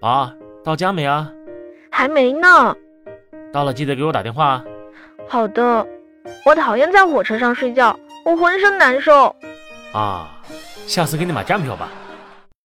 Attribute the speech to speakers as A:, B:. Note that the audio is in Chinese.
A: 啊，到家没啊？
B: 还没呢。
A: 到了记得给我打电话啊。
B: 好的，我讨厌在火车上睡觉，我浑身难受。
A: 啊啊，下次给你买站票吧。